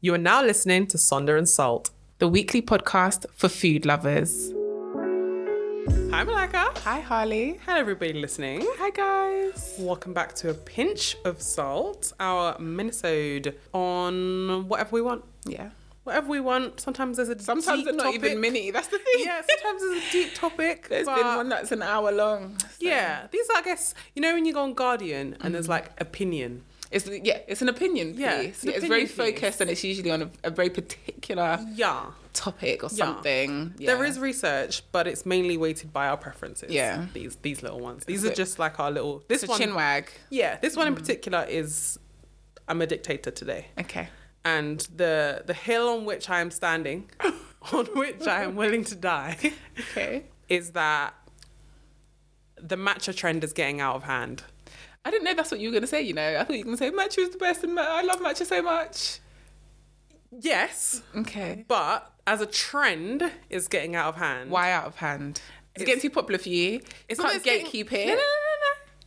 You are now listening to Sonder and Salt, the weekly podcast for food lovers. Hi, Malika. Hi, Harley. Hello, everybody listening. Hi, guys. Welcome back to a pinch of salt, our minisode on whatever we want. Yeah. Whatever we want. Sometimes there's a Sometimes deep they're not topic. even mini. That's the thing. Yeah, sometimes there's a deep topic. There's but- been one that's an hour long. so- Yeah, these are, I guess, you know, when you go on Guardian and there's Mm. like opinion. It's yeah, it's an opinion piece. Yeah, Yeah, it's it's, an very opinion piece. focused and it's usually on a, a very particular Yeah. topic or Yeah. something. There is research, but it's mainly weighted by our preferences. Yeah. These these little ones. These So- are just like our little this it's a one. chin wag. yeah, this Mm. one in particular is I'm a dictator today. Okay. And the the hill on which I am standing, on which I am willing to die, Okay. is that the matcha trend is getting out of hand. I didn't know that's what you were gonna say. You know, I thought you were gonna say matcha is the best, and ma- I love matcha so much. Yes, Okay. but as a trend is getting out of hand. Why out of hand? It's, getting too popular for you. It's not Can't that it's gatekeep getting- it.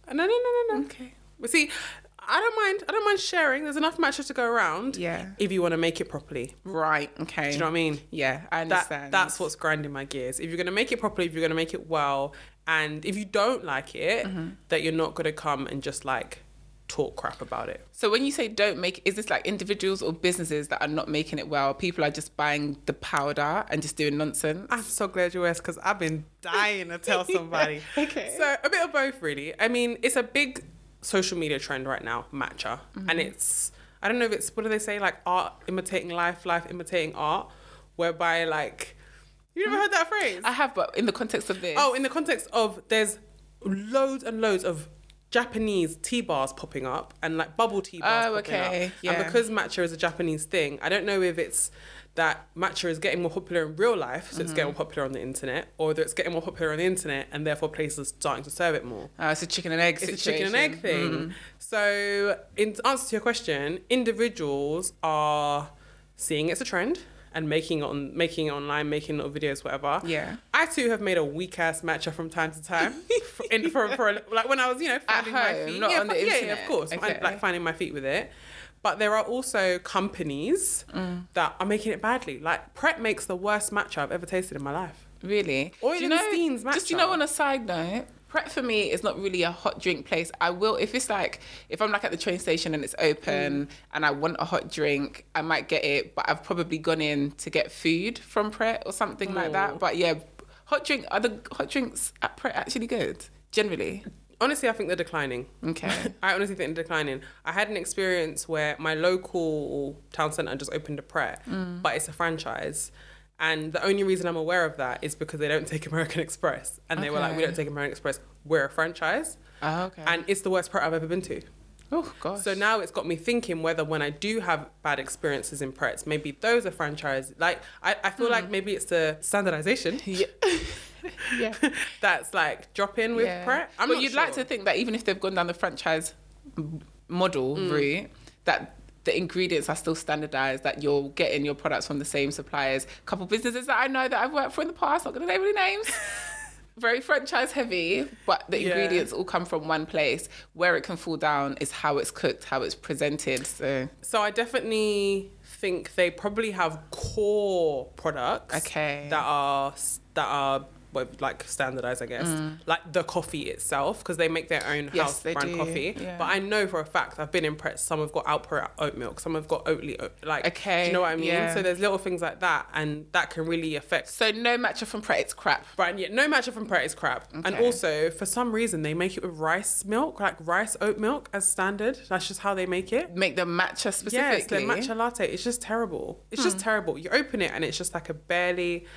No, no, no, no, no, no, no, no, no. Okay. But see, I don't mind. I don't mind sharing. There's enough matches to go around. Yeah. If you want to make it properly, Right. Okay. do you know what I mean? Yeah, I That, understand. that's what's grinding my gears. If you're gonna make it properly, if you're gonna make it well, and if you don't like it, that you're not gonna come and just like talk crap about it. so when you say don't make, is this like individuals or businesses that are not making it well? People are just buying the powder and just doing nonsense. I'm so glad you asked because I've been dying to tell somebody. Okay. So a bit of both, really. I mean, it's a big social media trend right now, matcha, and it's I don't know if it's what do they say like art imitating life, life imitating art, whereby like you never heard that phrase. I have, but in the context of this, oh, in the context of there's loads and loads of. Japanese tea bars popping up and like bubble tea bars Oh, popping okay, up. yeah. And because matcha is a Japanese thing, I don't know if it's that matcha is getting more popular in real life, so it's Mm-hmm. getting more popular on the internet, or that it's getting more popular on the internet and therefore places are starting to serve it more. Uh, it's a chicken and egg It's situation. Mm-hmm. a chicken and egg thing. So, in answer to your question, individuals are seeing it's a trend and making it on making it online, making little videos, whatever. Yeah. I too have made a weak ass matcha from time to time. for, in, for, for like when I was, you know, finding my home, feet. not yeah, on the fi- yeah, yeah, internet. of course. I- Okay. like finding my feet with it. But there are also companies Mm. that are making it badly. Like Pret makes the worst matcha I've ever tasted in my life. Really? Oil Do and steams Just you matcha. know, on a side note, prep for me is not really a hot drink place. I will if it's like if I'm like at the train station and it's open Mm. and I want a hot drink, I might get it. But I've probably gone in to get food from prep or something like Mm. that. But yeah, hot drink. Are the hot drinks at prep actually good? Generally, Honestly, I think they're declining. okay. I honestly think they're declining. I had an experience where my local town centre just opened a Pret, Mm. but it's a franchise. And the only reason I'm aware of that is because they don't take American Express. And they were like, we Okay. don't take American Express, we're a franchise. oh, okay. And it's the worst Pret I've ever been to. oh gosh. So now it's got me thinking whether when I do have bad experiences in Pret's, maybe those are franchise. Like, I, I feel Mm. like maybe it's the standardization Yeah. yeah. that's like dropping with Yeah. Pret. I'm but not you'd like sure. to think that even if they've gone down the franchise m- model Mm. route, that the ingredients are still standardized, that you're getting your products from the same suppliers. A couple businesses that I know that I've worked for in the past, not gonna name any names. Very franchise heavy, but the Yeah. ingredients all come from one place. Where it can fall down is how it's cooked, how it's presented. So So I definitely think they probably have core products. Okay. That are that are well, like standardized, I guess. Like the coffee itself, because they make their own Mm. Yes, house they brand do, coffee. yeah. But I know for a fact I've been impressed. Some have got Alpro oat milk. Some have got Oatly. oat- Like, do Okay, you know what I mean? yeah. So there's little things like that, and that can really affect. so no matcha from Pret, it's crap. But yeah, no matcha from Pret is crap. And Okay. also, for some reason, they make it with rice milk, like rice oat milk as standard. That's just how they make it. Make the matcha Yes, the specifically. Hmm. matcha latte. It's just terrible. It's just terrible. You open it and it's just like a barely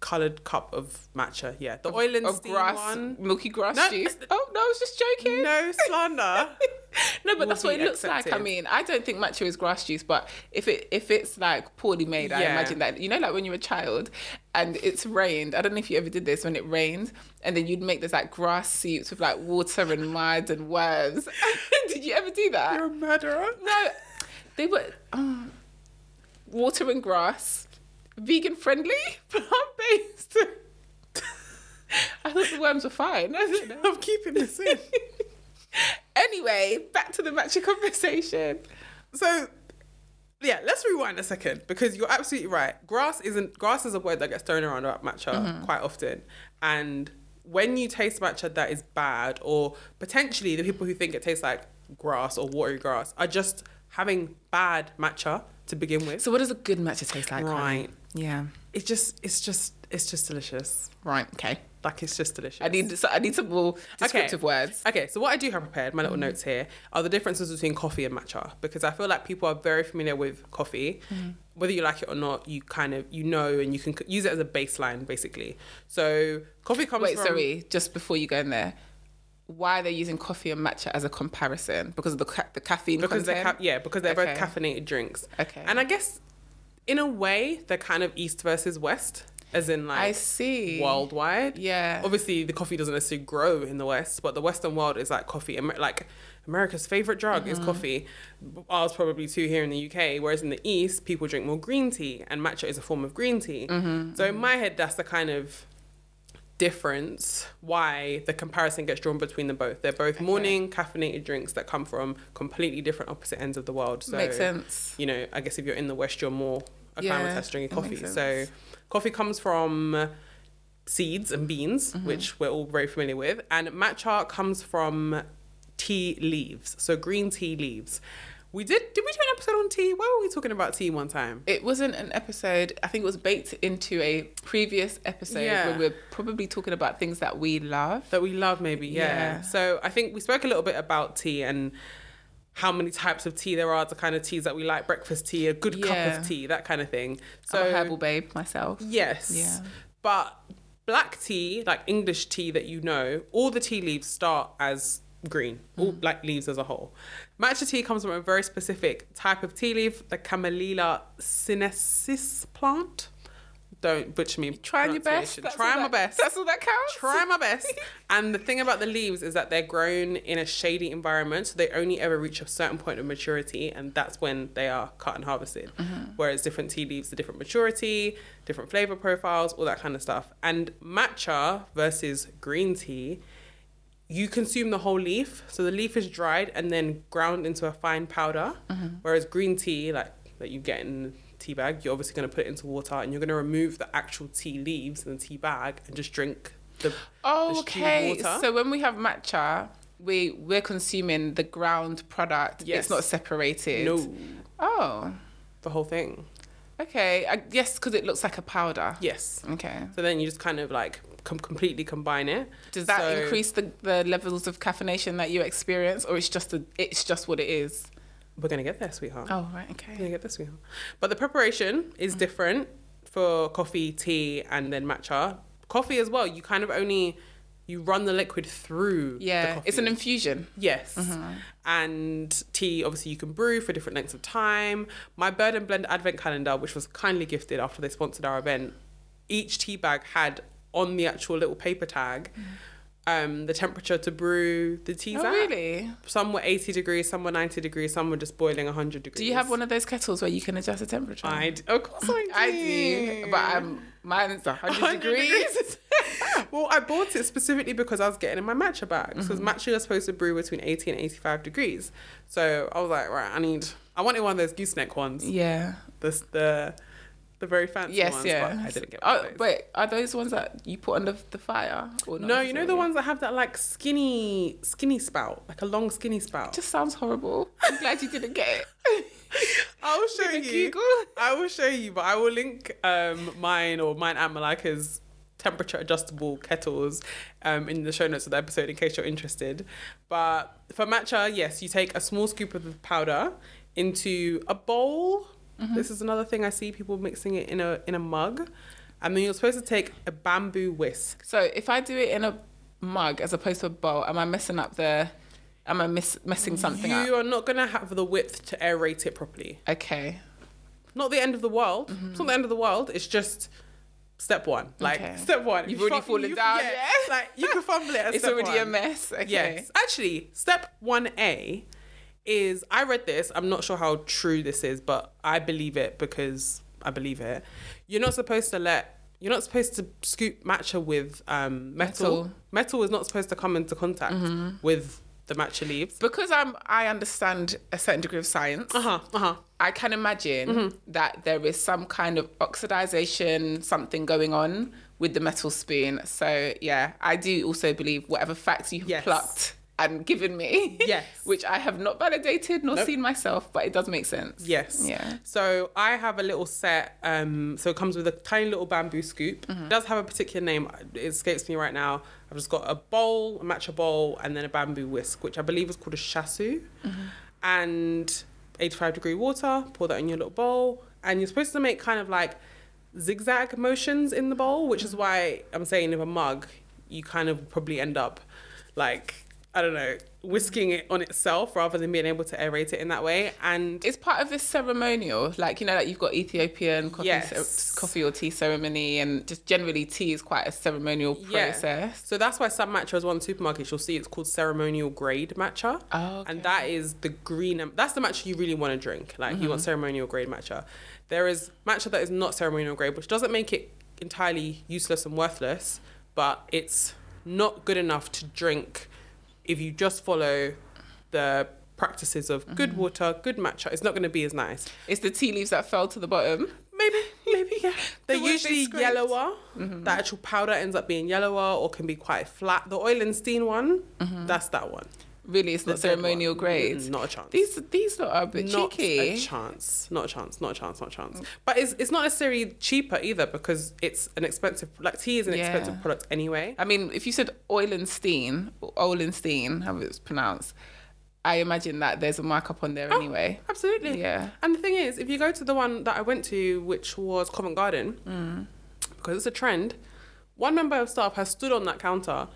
coloured cup of matcha. Yeah, the oil and of steam grass, one. milky grass No. juice. Oh no, I was just joking. No slander. no, will but that's what be it looks like. I accepted. mean, I don't think matcha is grass juice, but if it if it's like poorly made, I Yeah. imagine that you know, like when you were a child and it's rained. I don't know if you ever did this when it rained, and then you'd make this like grass soups with like water and mud and worms. did you ever do that? You're a murderer. No, they were um, water and grass, vegan friendly, plant based. I thought the worms were fine. I don't know. I'm keeping this in. anyway, back to the matcha conversation. So yeah, let's rewind a second because you're absolutely right. Grass isn't grass is a word that gets thrown around about matcha quite often, and when you taste matcha that is bad, or potentially the people who think it tastes like grass or watery grass are just having bad matcha to begin with. So what does a good matcha taste like? Connie? right. Yeah. It just it's just it's just delicious. Right. Okay. Like it's just delicious. I need so I need some more descriptive words. Mm-hmm. Okay, so what I do have prepared, my little notes here, are the differences between coffee and matcha because I feel like people are very familiar with coffee. Mm-hmm. Whether you like it or not, you kind of you know and you can c- use it as a baseline basically. So coffee comes Wait, from sorry. Just before you go in there, why they're using coffee and matcha as a comparison because of the ca- the caffeine because they're content? ca- yeah because they're Okay. both caffeinated drinks. Okay. and I guess in a way they're kind of east versus west, as in like I see. worldwide. Yeah. Obviously, the coffee doesn't necessarily grow in the West, but the Western world is like coffee. Amer- Like America's favorite drug Mm-hmm. is coffee. Ours probably too here in the UK. Whereas in the East, people drink more green tea, and matcha is a form of green tea. Mm-hmm. So in my head, that's the kind of difference why the comparison gets drawn between them both. They're both morning caffeinated drinks that come from completely different opposite ends of the world. So Makes sense. you know, I guess if you're in the West, you're more acclimatized Yeah, drinking that makes coffee. So, sense. coffee comes from seeds and beans, Mm-hmm. which we're all very familiar with, and matcha comes from tea leaves, so green tea leaves. We did. Did we do an episode on tea? Why were we talking about tea one time? It wasn't an episode. I think it was baked into a previous episode Yeah. where we we're probably talking about things that we love. that we love maybe yeah. Yeah. so i think we spoke a little bit about tea and how many types of tea there are the kind of teas that we like breakfast tea a good cup Yeah. of tea that kind of thing so I'm a herbal babe myself. yes Yeah. but black tea like english tea that you know all the tea leaves start as green all Mm-hmm. black leaves as a whole matcha tea comes from a very specific type of tea leaf the camellia sinensis plant don't butcher me Trying your best. pronunciation. That's try all my that- best That's all that counts. try my best. and the thing about the leaves is that they're grown in a shady environment, so they only ever reach a certain point of maturity, and that's when they are cut and harvested. Whereas different tea leaves, the different maturity, different flavor profiles, all that kind of stuff. And matcha versus green tea. You consume the whole leaf, so the leaf is dried and then ground into a fine powder. Uh-huh. Whereas green tea, like that you get in a tea bag, you're obviously going to put it into water and you're going to remove the actual tea leaves in the tea bag and just drink the Oh, the stew okay. water. So when we have matcha, we we're consuming the ground product. Yes. It's not separated. no, Oh, the whole thing. okay. I, yes, because it looks like a powder. Yes. Okay. So then you just kind of like com- completely combine it. Does that So- increase the, the levels of caffeination that you experience, or it's just a, it's just what it is? We're gonna get there, sweetheart. Oh, right. We're gonna Okay. get there, sweetheart. But the preparation is different for coffee, tea, and then matcha. Coffee as well. You kind of only you run the liquid through. the Yeah, it's an coffee. Mm-hmm. infusion. Yes. And tea, obviously, you can brew for different lengths of time. My Bird and Blend Advent Calendar, which was kindly gifted after they sponsored our event, each tea bag had on the actual little paper tag um, the temperature to brew the teas Mm-hmm. Oh, at. really? Some were 80 degrees, some were 90 degrees, some were just boiling 100 degrees. Do you have one of those kettles where you can adjust the temperature? I d- of course I do. I do, but I'm mine's 100, 100 degrees. degrees. well, I bought it specifically because I was getting in my matcha bag because Mm-hmm. matcha is supposed to brew between 80 and 85 degrees. So I was like, right, I need, I wanted one of those gooseneck ones, Yeah. the the, the very fancy Yes, ones. yeah. But I didn't get one of Oh, those. but are those ones that you put under the fire? Or not no, you know the necessarily? ones that have that like skinny, skinny spout, like a long skinny spout. Just sounds horrible. I'm glad you didn't get it. I'll show Gonna you. Google. I will show you, but I will link um, mine or mine and Malika's temperature adjustable kettles um, in the show notes of the episode in case you're interested. But for matcha, yes, you take a small scoop of the powder into a bowl. Mm-hmm. This is another thing I see people mixing it in a in a mug. And then you're supposed to take a bamboo whisk. So if I do it in a mug as opposed to a bowl, am I messing up the? Am I miss, messing something you up? are not gonna have the width to aerate it properly. Okay. Not the end of the world. It's not the end of the world. It's just step one. Like Mm-hmm. Okay. step one. If You've you already fum- fallen you- down, yeah. Like you can fumble it. At It's step already a one. mess. Okay. Yes. Actually, step one A is I read this. I'm not sure how true this is, but I believe it because I believe it. You're not supposed to let. You're not supposed to scoop matcha with um, metal. metal. Metal. Mm-hmm. is not supposed to come into contact with the matcha leaves. because I'm I understand a certain degree of science. Uh huh. Uh huh. I can imagine Mm-hmm. that there is some kind of oxidization, something going on with the metal spoon. So yeah, I do also believe whatever facts you have Yes. plucked and given me, Yes. which I have not validated nor Nope. seen myself, but it does make sense. Yes. Yeah. So I have a little set. Um, so it comes with a tiny little bamboo scoop. It does have a particular name. It escapes me right now. I've just got a bowl, a matcha bowl, and then a bamboo whisk, which I believe is called a shasu. And 85 degree water, pour that in your little bowl. And you're supposed to make kind of like zigzag motions in the bowl, which is why I'm saying if a mug, you kind of probably end up like, I don't know, whisking it on itself rather than being able to aerate it in that way. And It's part of this ceremonial, like you know, like you've got Ethiopian coffee, Yes. coffee or tea ceremony, and just generally tea is quite a ceremonial Yeah. process. So that's why some matchas on supermarkets you'll see it's called ceremonial grade matcha. Oh, okay. And that is the green um, that's the matcha you really want to drink. Like you Mm-hmm. want ceremonial grade matcha. There is matcha that is not ceremonial grade, which doesn't make it entirely useless and worthless, but it's not good enough to drink if you just follow the practices of good Mm-hmm. water, good matcha. It's not going to be as nice. It's the tea leaves that fell to the bottom. Maybe, maybe, yeah. They're The way they usually scraped. Mm-hmm. yellower. The actual powder ends up being yellower or can be quite flat. The oil and steam one, that's that one. Really, it's not The dead Mm-hmm. ceremonial one. grades. Mm-mm, Not a chance. These these lot are a bit not cheeky. Mm. a chance. Not a chance. Not a chance. Not a chance. But it's it's not necessarily cheaper either because it's an expensive like tea is an expensive Yeah. product anyway. I mean, if you said Oilenstein, or Olenstein, how it's pronounced, I imagine that there's a markup on there Oh, anyway. Absolutely. Yeah. And the thing is, if you go to the one that I went to, which was Covent Garden, because it's a trend, one member of staff has stood on that counter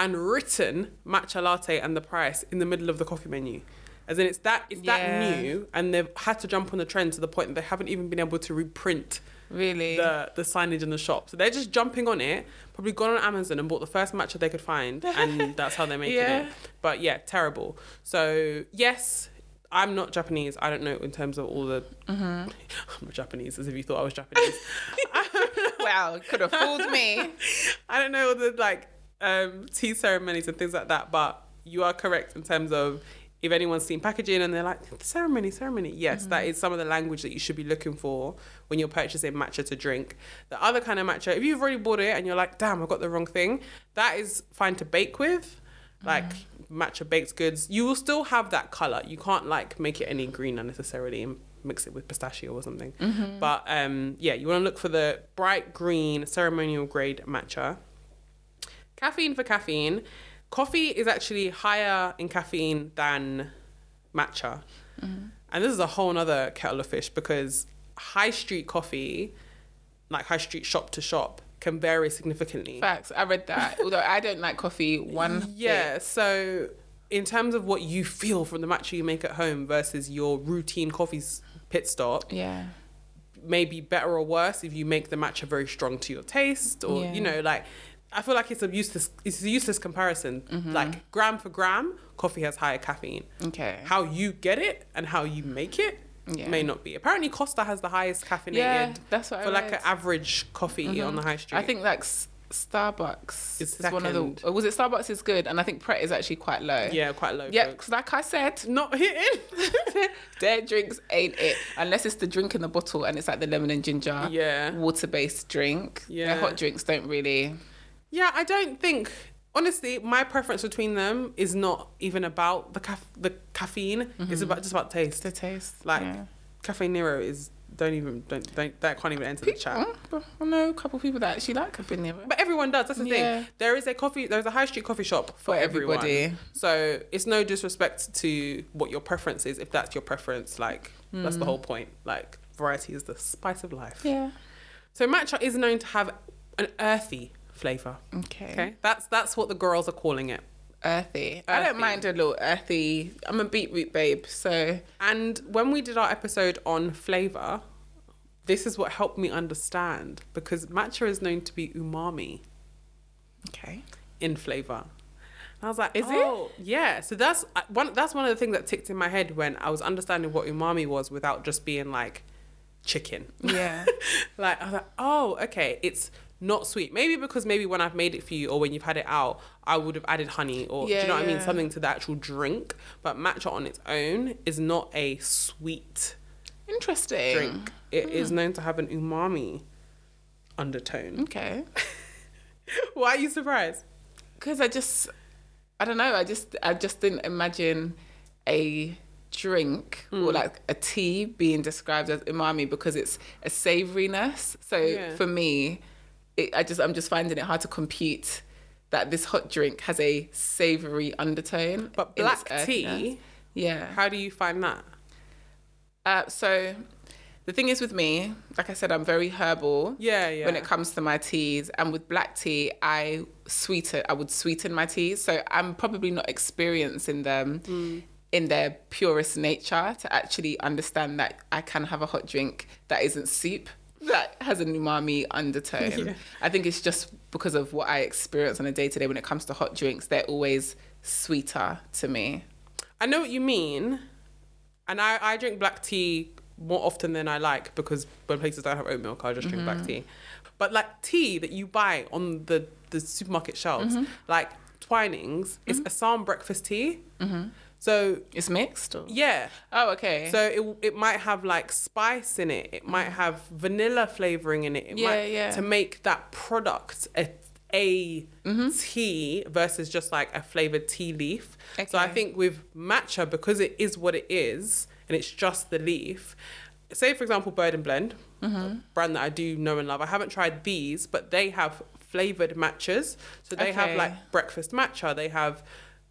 and written matcha latte and the price in the middle of the coffee menu. As in, it's that it's Yeah. that new, and they've had to jump on the trend to the point that they haven't even been able to reprint Really? the the signage in the shop. So they're just jumping on it. Probably gone on Amazon and bought the first matcha they could find, and that's how they're making Yeah. it. But yeah, terrible. So yes, I'm not Japanese. I don't know in terms of all the. I'm not Japanese, as if you thought I was Japanese. wow, could have fooled me. I don't know all the like um, tea ceremonies and things like that, but you are correct in terms of. If anyone's seen packaging and they're like, ceremony, ceremony, yes, that is some of the language that you should be looking for when you're purchasing matcha to drink. The other kind of matcha, if you've already bought it and you're like, damn, I got the wrong thing, that is fine to bake with, like matcha baked goods. You will still have that color. You can't like make it any greener necessarily and mix it with pistachio or something. But um, yeah, you want to look for the bright green ceremonial grade matcha. Caffeine for caffeine. Coffee is actually higher in caffeine than matcha. And this is a whole nother kettle of fish because high street coffee, like high street shop to shop, can vary significantly. Facts. I read that. Although I don't like coffee one Yeah. So, in terms of what you feel from the matcha you make at home versus your routine coffee s- pit stop, bit. Yeah. maybe better or worse if you make the matcha very strong to your taste, or Yeah. you know, like I feel like it's a useless it's a useless comparison. Mm-hmm. Like gram for gram, coffee has higher caffeine. Okay. How you get it and how you make it. Yeah. May not be. Apparently, Costa has the highest caffeinated Yeah, that's what I for like read. an average coffee on the high street. I think like S- Starbucks It's is one of second. the. or Was it Starbucks is good, and I think Pret is actually quite low. yeah, quite low. Yeah, folks. because like I said, not hitting. Their drinks ain't it unless it's the drink in the bottle and it's like the lemon and ginger Yeah. water based drink. Yeah. Their hot drinks don't really. Yeah, I don't think honestly my preference between them is not even about the caf- the caffeine. Mm-hmm. It's about just about taste. The taste Like yeah. Cafe Nero is don't even don't, don't that can't even enter the chat. Mm, but I know a couple of people that actually like Cafe Nero. But everyone does. That's the Yeah. thing. There is a coffee. There's a high street coffee shop for, For everyone. everybody. So it's no disrespect to what your preference is. If that's your preference, like that's the whole point. Like variety is the spice of life. Mm. Yeah. So matcha is known to have an earthy flavor. Okay. Okay, that's that's what the girls are calling it. Earthy. I don't Earthy. mind a little earthy. I'm a beetroot babe, so And when we did our episode on flavor, this is what helped me understand because matcha is known to be umami okay. in flavor. And I was like, Is it? oh, Yeah. So that's I- one. That's one of the things that ticked in my head when I was understanding what umami was without just being like chicken. Yeah. like I was like, oh, okay, it's not sweet. Maybe because maybe when I've made it for you or when you've had it out, I would have added honey or do Yeah, you know what I mean? yeah. Something to the actual drink. But matcha on its own is not a sweet Interesting. drink. It is known to have an umami undertone. Okay. Why are you surprised? Because I just, I don't know. I just, I just didn't imagine a drink Mm. or like a tea being described as umami because it's a savouriness. So Yeah. for me, it, I just, I'm just finding it hard to compute that this hot drink has a savoury undertone. But in its black tea- earthiness. Yeah. How do you find that? Uh, so the thing is with me, like I said, I'm very herbal. Yeah, yeah. When it comes to my teas, and with black tea, I sweeten. I would sweeten my teas, so I'm probably not experiencing them in their purest nature to actually understand that I can have a hot drink that isn't soup that has an umami undertone. I think it's just because of what I experience on a day to day when it comes to hot drinks. They're always sweeter to me. I know what you mean. And I, I drink black tea more often than I like because when places don't have oat milk, I just drink black tea. But like tea that you buy on the, the supermarket shelves, like Twinings, it's Assam breakfast tea. So, It's mixed. Or? yeah. Oh, okay. Mm. So it, it might have like spice in it. It might have vanilla flavoring in it. it Yeah, might, yeah. To make that product a, a Mm-hmm. tea versus just like a flavored tea leaf. So I Okay. think with matcha, because it is what it is, and it's just the leaf. Say for example, Bird and Blend, Mm-hmm. a brand that I do know and love. I haven't tried these, but they have flavored matchas. So they have Okay. like breakfast matcha. They have.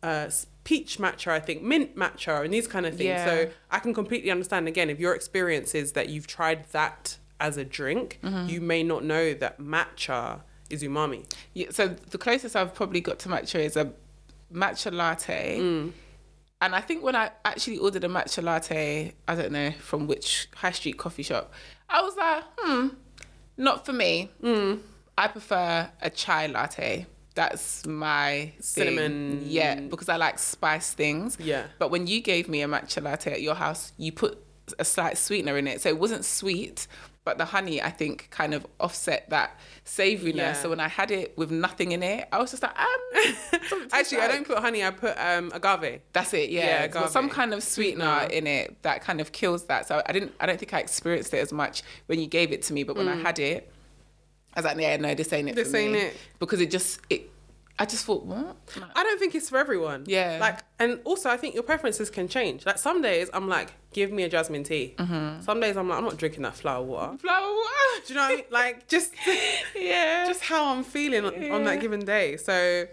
Uh, peach matcha, I think, mint matcha, and these kind of things. Yeah. So I can completely understand again if your experience is that you've tried that as a drink, Mm-hmm. you may not know that matcha is umami. Yeah, so the closest I've probably got to matcha is a matcha latte. Mm. And I think when I actually ordered a matcha latte, I don't know from which high street coffee shop, I was like, hmm, not for me. Mm. I prefer a chai latte. That's my thing. Cinnamon. Yeah, because I like spice things. Yeah. But when you gave me a matcha latte at your house, you put a slight sweetener in it. So it wasn't sweet, but the honey, I think, kind of offset that savouriness. Yeah. So when I had it with nothing in it, I was just like, um. something tastes Actually, I like- don't put honey, I put um, agave. That's it, yeah. Yeah, Mm-hmm. It's got some agave. kind of sweetener in it that kind of kills that. So I didn't, I don't think I experienced it as much when you gave it to me, but when I had it, I was like, yeah, no, this ain't it. Mm. This for ain't me. it. Because it just, it, I just thought, what? Like, I don't think it's for everyone. Yeah. Like, and also, I think your preferences can change. Like, some days I'm like, give me a jasmine tea. Mm-hmm. Some days I'm like, I'm not drinking that flower water. Flower water. Do you know what I mean? Like, just. yeah. just how I'm feeling on- on that given day. So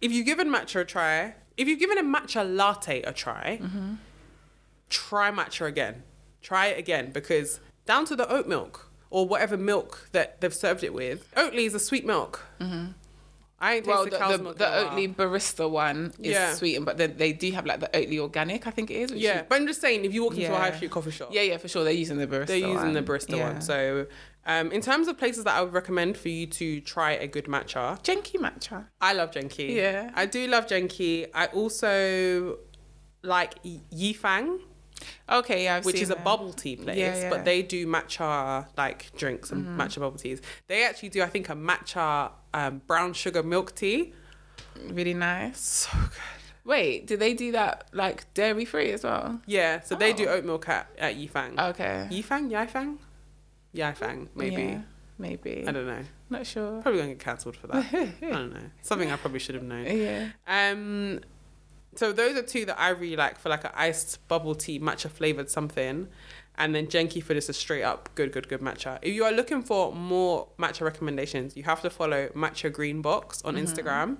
if you've given matcha a try, if you've given a matcha latte a try, Mm-hmm. try matcha again. Try it again because down to the oat milk or whatever milk that they've served it with, Oatly is a sweet milk. Mm-hmm. I ain't tasted well, the, cow's the, milk the in a while. Oatly barista one is Yeah. sweetened, but then they do have like the Oatly organic, I think it is. which Yeah, is- but I'm just saying, if you walk into a high Yeah. street coffee shop, yeah, yeah, for sure. They're using the barista. They're using the one. Bristol yeah. one. So, um, in terms of places that I would recommend for you to try a good matcha, Genki matcha. I love Genki. Yeah. I do love Genki. I also like Yifang, Okay, yeah, I've which seen is a that. bubble tea place, Yeah, Mm-hmm. but yeah. they do matcha like drinks and matcha bubble teas. They actually do, I think, a matcha um, brown sugar milk tea. Really nice. So good. Wait, do they do that like dairy free as well? Yeah, so they do Oh. oat milk at, at Yifang. Okay. Yifang? Yifang? Yifang, maybe. Yeah, maybe. I don't know. Not sure. Probably gonna get cancelled for that. I don't know. Something I probably should have known. Yeah. Um, so those are two that I really like for like an iced bubble tea, matcha flavored something, and then Genki for just a straight up good, good, good matcha. If you are looking for more matcha recommendations, you have to follow Matcha Green Box on Instagram.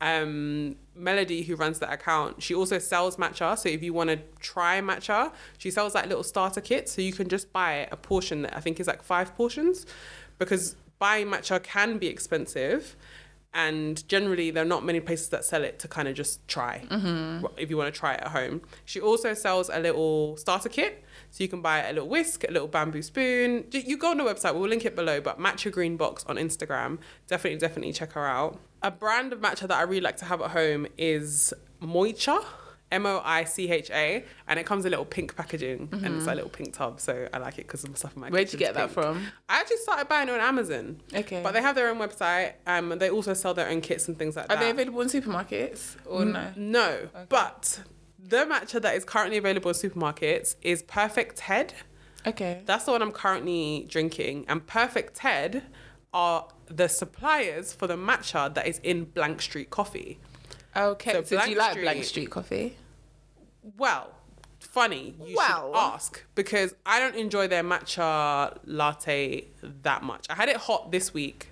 Um, Melody, who runs the account, she also sells matcha. So if you want to try matcha, she sells like little starter kits. So you can just buy a portion that I think is like five portions, because buying matcha can be expensive and generally there are not many places that sell it to kind of just try Mm-hmm. if you want to try it at home she also sells a little starter kit so you can buy a little whisk a little bamboo spoon J- you go on the website we'll link it below but matcha green box on instagram definitely definitely check her out a brand of matcha that i really like to have at home is moicha M O I C H A, and it comes in little pink packaging and it's like a little pink tub. So I like it because of stuff in my Mm-hmm. Where'd you kitchen's get that pink. from? I actually started buying it on Amazon. Okay. But they have their own website. Um, and they also sell their own kits and things like Are that. they available in supermarkets or no? No, but the matcha that is currently available in supermarkets is Perfect Head. Okay. That's the one I'm currently drinking. And Perfect Head are the suppliers for the matcha that is in Blank Street Coffee. Okay. So So, do Blank you like Street- Blank Street coffee? Well, funny you Well. should ask because I don't enjoy their matcha latte that much. I had it hot this week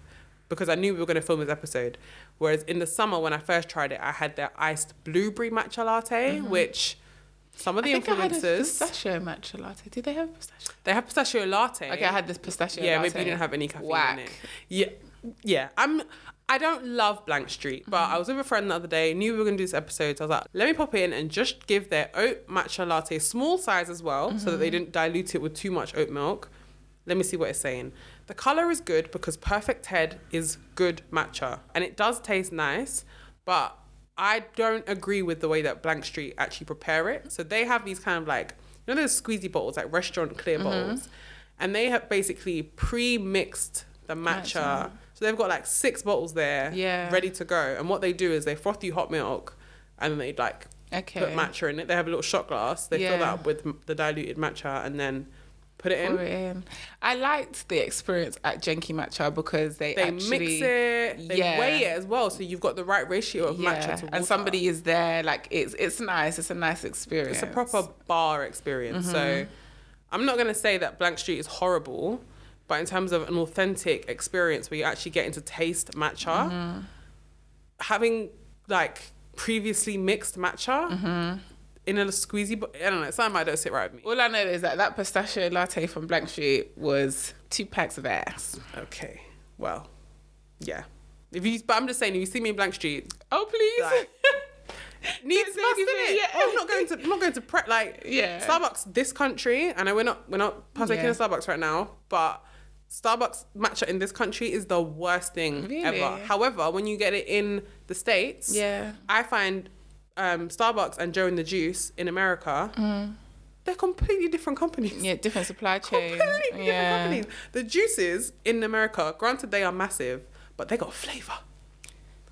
because I knew we were going to film this episode. Whereas in the summer when I first tried it, I had their iced blueberry matcha latte, which some of the Mm-hmm. I think I had a influencers pistachio matcha latte. Did they have pistachio? they have pistachio latte. Okay, I had this pistachio. yeah, latte. maybe you didn't have any caffeine in Whack. it. Yeah, yeah. I'm. I don't love Blank Street, but I was with a friend the other day. Knew we were gonna do this episode. So I was like, let me pop in and just give their oat matcha latte small size as well, so that they didn't dilute it with too much oat milk. Let me see what it's saying. The color is good because Perfect Head is good matcha, and it does taste nice, but. I don't agree with the way that Blank Street actually prepare it. So they have these kind of like, you know, those squeezy bottles, like restaurant clear bottles, and they have basically pre-mixed the matcha. So they've got like six bottles there, Yeah. ready to go. And what they do is they froth you hot milk, and they like put Okay. matcha in it. They have a little shot glass. They fill Yeah. that up with m- the diluted matcha, and then put it in. Pour it in. I liked the experience at Jenki Matcha because they, They actually mix it. They yeah. weigh it as well, so you've got the right ratio of yeah, matcha to water. and somebody is there. Like it's it's nice. It's a nice experience. It's a proper bar experience. So I'm not going to say that Blank Street is horrible, but in terms of an authentic experience where you're actually getting to taste matcha, having like previously mixed matcha in a squeezy, bo- I don't know, something might don't sit right with me. All I know is that that pistachio latte from Blank Street was two packs of ass. Okay, well, yeah. If you, but I'm just saying, if you see me in Blank Street, Oh please. Like- needs Don't must, say innit? anything, yeah. Oh, I'm not going to. I'm not going to prep like Yeah. Starbucks. This country, and I, we're not. We're not partaking Yeah. of Starbucks right now, but. Starbucks matcha in this country is the worst thing ever. Really? However, when you get it in the States, Yeah. I find um, Starbucks and Joe and the Juice in America, they're completely different companies. Mm. yeah, different supply chain. Completely different yeah. companies. The juices in America, granted they are massive, but they got flavour.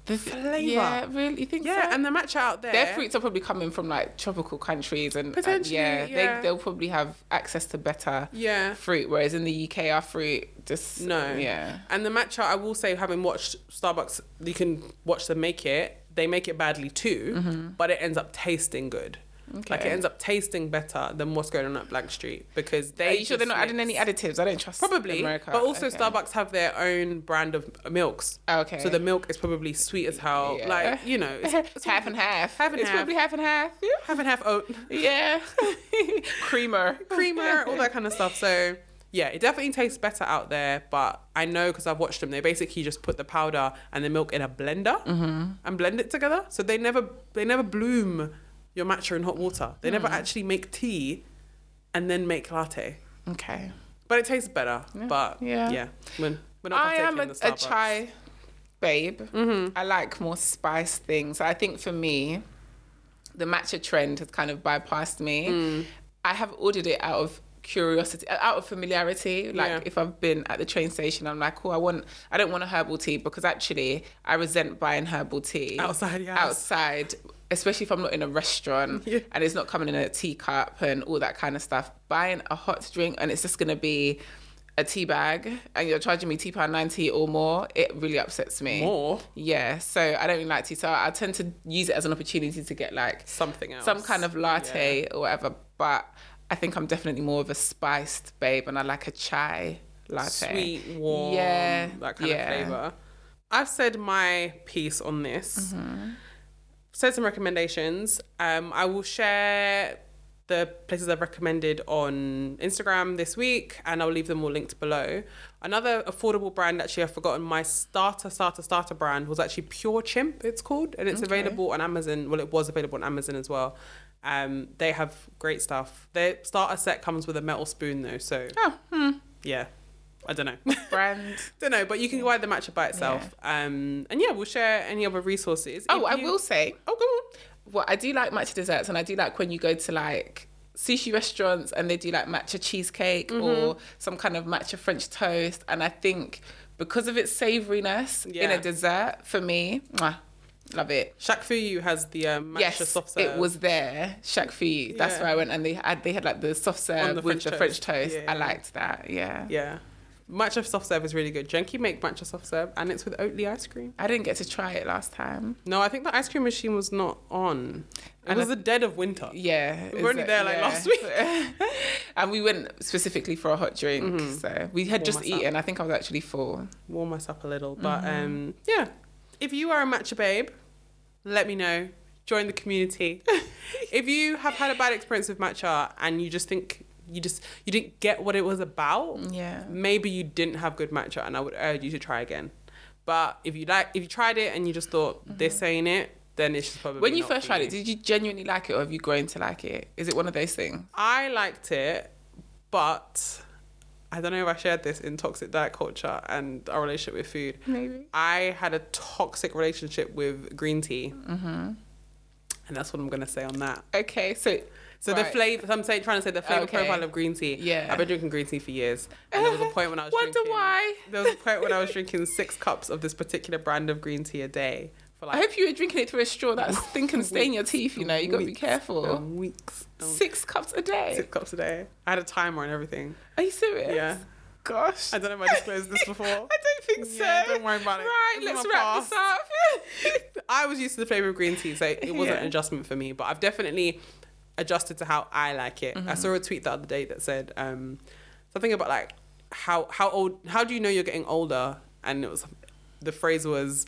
The Flavour. Yeah, really. You think Yeah, so? and the matcha out there. their fruits are probably coming from like tropical countries and and Potentially, yeah, yeah. They, they'll probably have access to better Yeah. fruit whereas in the uk our fruit just No. yeah And the matcha, I will say, having watched Starbucks, you can watch them make it. They make it badly too, but it ends up tasting good. Like it Mm-hmm. Okay. ends up tasting better than what's going on at Blank Street because they. are you sure they're just not adding mix- any additives i don't trust Probably, america but also Okay. Starbucks have their own brand of milks. Okay. So the milk is probably sweet as hell. Yeah. Like you know, it's, it's half and half Half and it's half. probably half and half half and half oat yeah creamer creamer, all that kind of stuff. So yeah, it definitely tastes better out there. But I know because I've watched them. They basically just put the powder and the milk in a blender Mm-hmm. and blend it together. So they never they never bloom your matcha in hot water. They Mm. never actually make tea and then make latte. okay But it tastes better. But yeah, Yeah. yeah. When, we're not I am a, partaking in the a Starbucks. chai babe. I like more spice things. I think for me, the matcha trend has kind of bypassed me. I have ordered it out of curiosity, uh, out of familiarity. Like Yeah. if I've been at the train station, I'm like, oh, I want, I don't want a herbal tea because actually, I resent buying herbal tea Outside your house. outside, especially if I'm not in a restaurant Yeah. and it's not coming in a teacup and all that kind of stuff. Buying a hot drink and it's just gonna be a tea bag and you're charging me two pound ninety or more, it really upsets me. More? Yeah. So I don't really like tea. So I tend to use it as an opportunity to get like Something else. some kind of latte or whatever. But I think I'm definitely more of a spiced babe and I like a chai latte. sweet, warm, Yeah, that kind yeah. of flavor. I've said my piece on Mm-hmm. this. Said some recommendations. Um, I will share the places I've recommended on Instagram this week, and I'll leave them all linked below. Another affordable brand, actually, I've forgotten my starter, starter, starter brand was actually Pure Chimp. It's called, and it's available on Amazon. Well, it was available on Amazon as well. Um, they have great stuff. Their starter set comes with a metal spoon though, so yeah, I don't know. Oh, hmm. Brand. don't know, but you can buy the matcha by itself. Um, and yeah, we'll share any other resources. Oh, If I you- will say. Oh, go on. well, I do like matcha desserts, and I do like when you go to like sushi restaurants and they do like matcha cheesecake Mm-hmm. or some kind of matcha French toast. And I think because of its savouriness in Yeah. a dessert, for me, mwah, love it. Shaq Fu Yu has the uh, matcha yes, soft serve. it was there, Shaq Fu. Yu. That's Yeah. where I went, and they had they had like the soft serve the with French the toast. French toast. Yeah, I yeah. liked that. Yeah. Yeah. Matcha soft serve is really good. Jenki make matcha soft serve and it's with Oatly ice cream. I didn't get to try it last time. No, I think the ice cream machine was not on. It And was I- the dead of winter. Yeah, We were only exa- there, like, last week. Mm-hmm. and we went specifically for a hot drink, so we had Warm just us up. eaten. I think I was actually full. Warm us up a little. But Mm-hmm. um, yeah, if you are a matcha babe, let me know. Join the community. if you have had a bad experience with matcha and you just think you just you didn't get what it was about, Yeah. maybe you didn't have good matcha and I would urge you to try again. But if you like if you tried it and you just thought this ain't it, then it's just probably Mm-hmm. When you not first for tried you. it, did you genuinely like it, or have you grown to like it? Is it one of those things? I liked it, but I don't know if I shared this in toxic diet culture and our relationship with food. Maybe. I had a toxic relationship with green tea. Mm-hmm. And that's what I'm going to say on that. Okay, so So the Right. flavor, so I'm saying, trying to say the flavor Okay. profile of green tea. Yeah. I've been drinking green tea for years. And there was a point when I was Wonder drinking, why. There was a point when I was drinking six cups of this particular brand of green tea a day for like I hope you were drinking it through a straw. That stink and stain your teeth. You know, you got to be weeks careful. and weeks. and Six cups a day. Six cups a day. I had a timer and everything. Are you serious? Yeah. Gosh. I don't know if I disclosed this before. I don't think so. Yeah, don't worry about it. Right, It's in let's my wrap this up. I was used to the flavor of green tea, so it wasn't Yeah. an adjustment for me. But I've definitely adjusted to how I like it. I saw a tweet the other day that said um, something about like how how old how do you know you're getting older? And it was the phrase was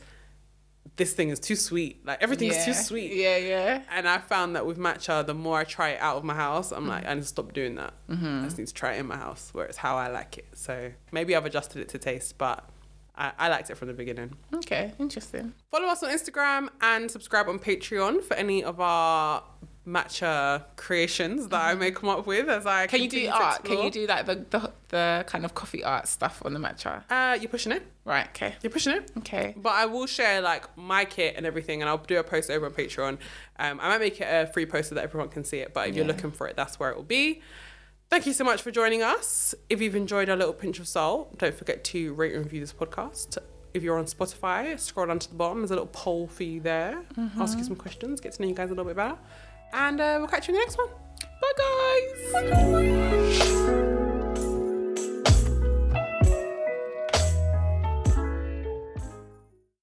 this thing is too sweet. Like everything's yeah. too sweet. Yeah, yeah. And I found that with matcha, the more I try it out of my house, I'm like, I need to stop doing that. Mm-hmm. I just need to try it in my house where it's how I like it. So maybe I've adjusted it to taste, but I, I liked it from the beginning. Okay, interesting. Follow us on Instagram and subscribe on Patreon for any of our matcha creations that I may come up with as I Mm-hmm. Can you do continue to art? Can explore. you do like the, the the kind of coffee art stuff on the matcha? Uh, you're pushing it. Right. Okay. You're pushing it. Okay. But I will share like my kit and everything, and I'll do a post over on Patreon. Um, I might make it a free post so that everyone can see it. But if you're Yeah. looking for it, that's where it will be. Thank you so much for joining us. If you've enjoyed our little pinch of salt, don't forget to rate and review this podcast. If you're on Spotify, scroll down to the bottom. There's a little poll for you there. Mm-hmm. Ask you some questions, get to know you guys a little bit better, and uh, we'll catch you in the next one. Bye, guys.